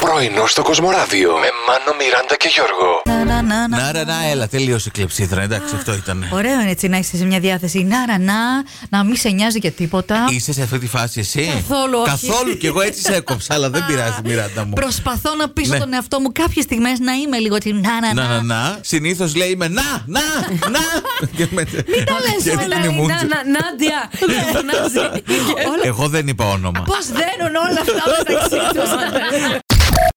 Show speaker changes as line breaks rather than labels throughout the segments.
Πρωινό στο Κοσμοράδιο με Μάνο, Μιράντα και Γιώργο.
Να, να, να, να.
Να ρε, να, έλα, τελείωσε η κλεψίδρα. Εντάξει, αυτό ήταν.
Ωραίο είναι έτσι να είσαι σε μια διάθεση. Να, να, να, να μην σε νοιάζει και τίποτα.
Είσαι σε αυτή τη φάση εσύ.
Καθόλου όχι.
Καθόλου κι εγώ έτσι σε έκοψα, αλλά δεν πειράζει, Μιράντα μου.
Προσπαθώ να πείσω
Ναι.
τον εαυτό μου κάποιες στιγμές να είμαι λίγο έτσι. Να, να,
Να,
να.
να, να. Συνήθως λέει είμαι να, να, να. Και με-
λες,
και
όλα, ε,
δίνει
είναι
μου.
Να, να, Νάντια!
ε,
Φωνάζει.
Εγώ δεν είπα όνομα.
Πώς δένουν όλα αυτά μεταξύ τους.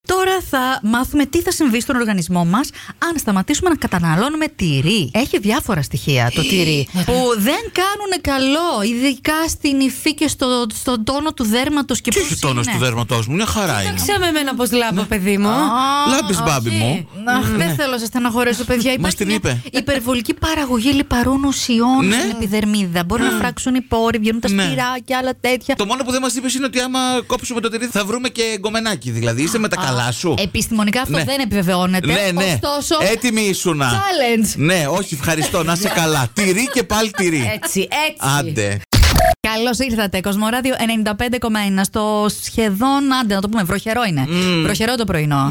Τώρα θα μάθουμε τι θα συμβεί στον οργανισμό μας αν σταματήσουμε να καταναλώνουμε τυρί. Έχει διάφορα στοιχεία το τυρί που δεν κάνουν καλό, ειδικά στην υφή και στο, στον τόνο του δέρματος και
Τι
πώς
έχει τόνος
είναι.
του δέρματό μου, είναι χαρά είναι.
Κοίταξε με εμένα πώς λάμπω, παιδί μου.
Α,
Λάμπεις, μπάμπι
οκ.
μου.
Αχ, δεν θέλω να σας στεναχωρέσω, παιδιά. Υπάρχει
την
μια
είπε.
Υπερβολική παραγωγή λιπαρών ουσιών
Ναι.
στην επιδερμίδα. Μπορεί να φράξουν οι πόροι, βγαίνουν τα
Ναι.
σπυρά και άλλα τέτοια.
Το μόνο που δεν μας είπες είναι ότι άμα κόψουμε το τυρί θα βρούμε και γκομενάκι. Δηλαδή είσαι με τα καλά σου.
Επιστημονικά αυτό
Ναι.
δεν επιβεβαιώνεται.
Ναι, ναι.
ε, Ωστόσο.
Έτοιμη ήσουνα.
Challenge. Ε,
Ναι, όχι, ευχαριστώ. Να είσαι καλά. Τυρί και πάλι τυρί.
Έτσι, έτσι.
Άντε.
Καλώς ήρθατε. Κοσμοράδιο 95,1 στο σχεδόν. Άντε, να το πούμε, βροχερό είναι. Βροχερό το πρωινό.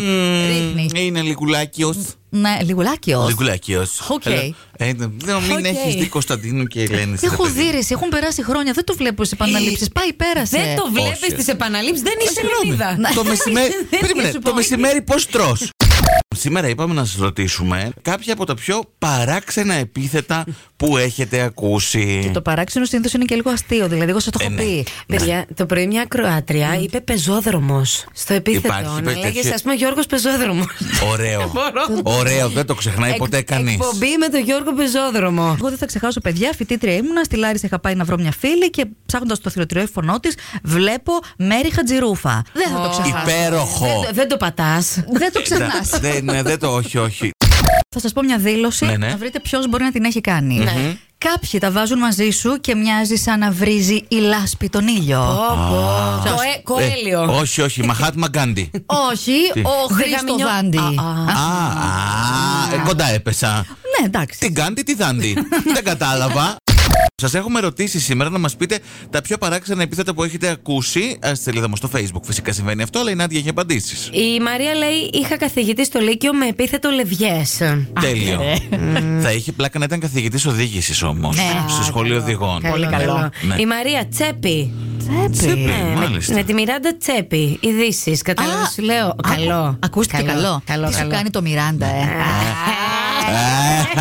Ρίχνει.
Είναι λιγουλάκιος.
Ναι, λιγουλάκιος.
Λιγουλάκιος.
Οκ.
Έλα. Ε, δεν- Μην
Οκ.
έχεις δει Κωνσταντίνου και Ελένη. σε
Έχω
παιδί. Ε,
δίρρηση, έχουν περάσει χρόνια. Δεν το βλέπω σε επαναλήψει. Πάει, πέρασε.
Ε, Δεν το
Όχι.
βλέπει τι επαναλήψεις, δεν είσαι
Συγγνώμη,
Ελληνίδα.
Το μεσημέρι.
Δεν
Περίμενε,
σου πω.
το μεσημέρι πώς τρώ. Σήμερα είπαμε να σας ρωτήσουμε κάποια από τα πιο παράξενα επίθετα που έχετε ακούσει.
Το παράξενο συνήθως είναι και λίγο αστείο. Δηλαδή, εγώ σας το
Ε,
έχω
ναι.
πει.
Παιδιά, το πρωί μια ακροάτρια είπε πεζόδρομος στο επίθετο.
Mm. Υπάρχει,
Να
είπε
λέγε,
τέτοιο-
ας πούμε, Γιώργος Πεζόδρομος.
Ωραίο. Ωραίο, δεν το ξεχνάει ποτέ κανείς.
Εκπομπή με τον Γιώργο Πεζόδρομο.
Εγώ δεν θα ξεχάσω, παιδιά, φοιτήτρια ήμουνα. Στη Λάρισα είχα πάει να βρω μια φίλη και ψάχνοντας το θηροτριόφωνο της, βλέπω Μέρι Χατζηρούφα. Δεν θα το ξεχάσω.
Υπέροχο.
Δεν- Δεν το πατάς.
Ε,
Δεν το ξεχνάς.
Δεν, ναι, δεν το, όχι, όχι.
Θα σας πω μια δήλωση
Ναι, ναι.
να βρείτε ποιος μπορεί να την έχει κάνει.
Ναι.
Κάποιοι τα βάζουν μαζί σου και μοιάζει σαν να βρίζει η λάσπη τον ήλιο.
Το ε,
Ε,
κοέλιο.
όχι, όχι, Μαχάτμα Γκάντι.
Όχι, ο Χρήστο
Γαμινιό-
Δάντη.
Α, α.
Α,
Α, α, ε, κοντά έπεσα.
Ναι, εντάξει.
Την κάντη, τη δάντη. Δεν κατάλαβα. Σας έχουμε ρωτήσει σήμερα να μας πείτε τα πιο παράξενα επίθετα που έχετε ακούσει. ε, Στη σελίδα μας στο Facebook φυσικά συμβαίνει αυτό, αλλά η Νάντια έχει απαντήσεις.
Η Μαρία λέει: Είχα καθηγητή στο Λύκειο με επίθετο λευιέ.
Τέλειο.
ναι.
Μμμ. Θα είχε πλάκα να ήταν καθηγητής οδήγησης όμως. Στο σχολείο οδηγών.
Πολύ
Ναι.
καλό.
Ναι.
Η Μαρία Τσέπη.
Τσέπη,
Ναι, με-
μάλιστα.
με τη Μιράντα Τσέπη. Ειδήσεις. Κατάλαβες.
Α,
Σου λέω. Καλό.
Ακούστηκε καλό.
Καλό,
Τι σου
καλό. Ναι.
κάνει το Μιράντα, ε.
Ε,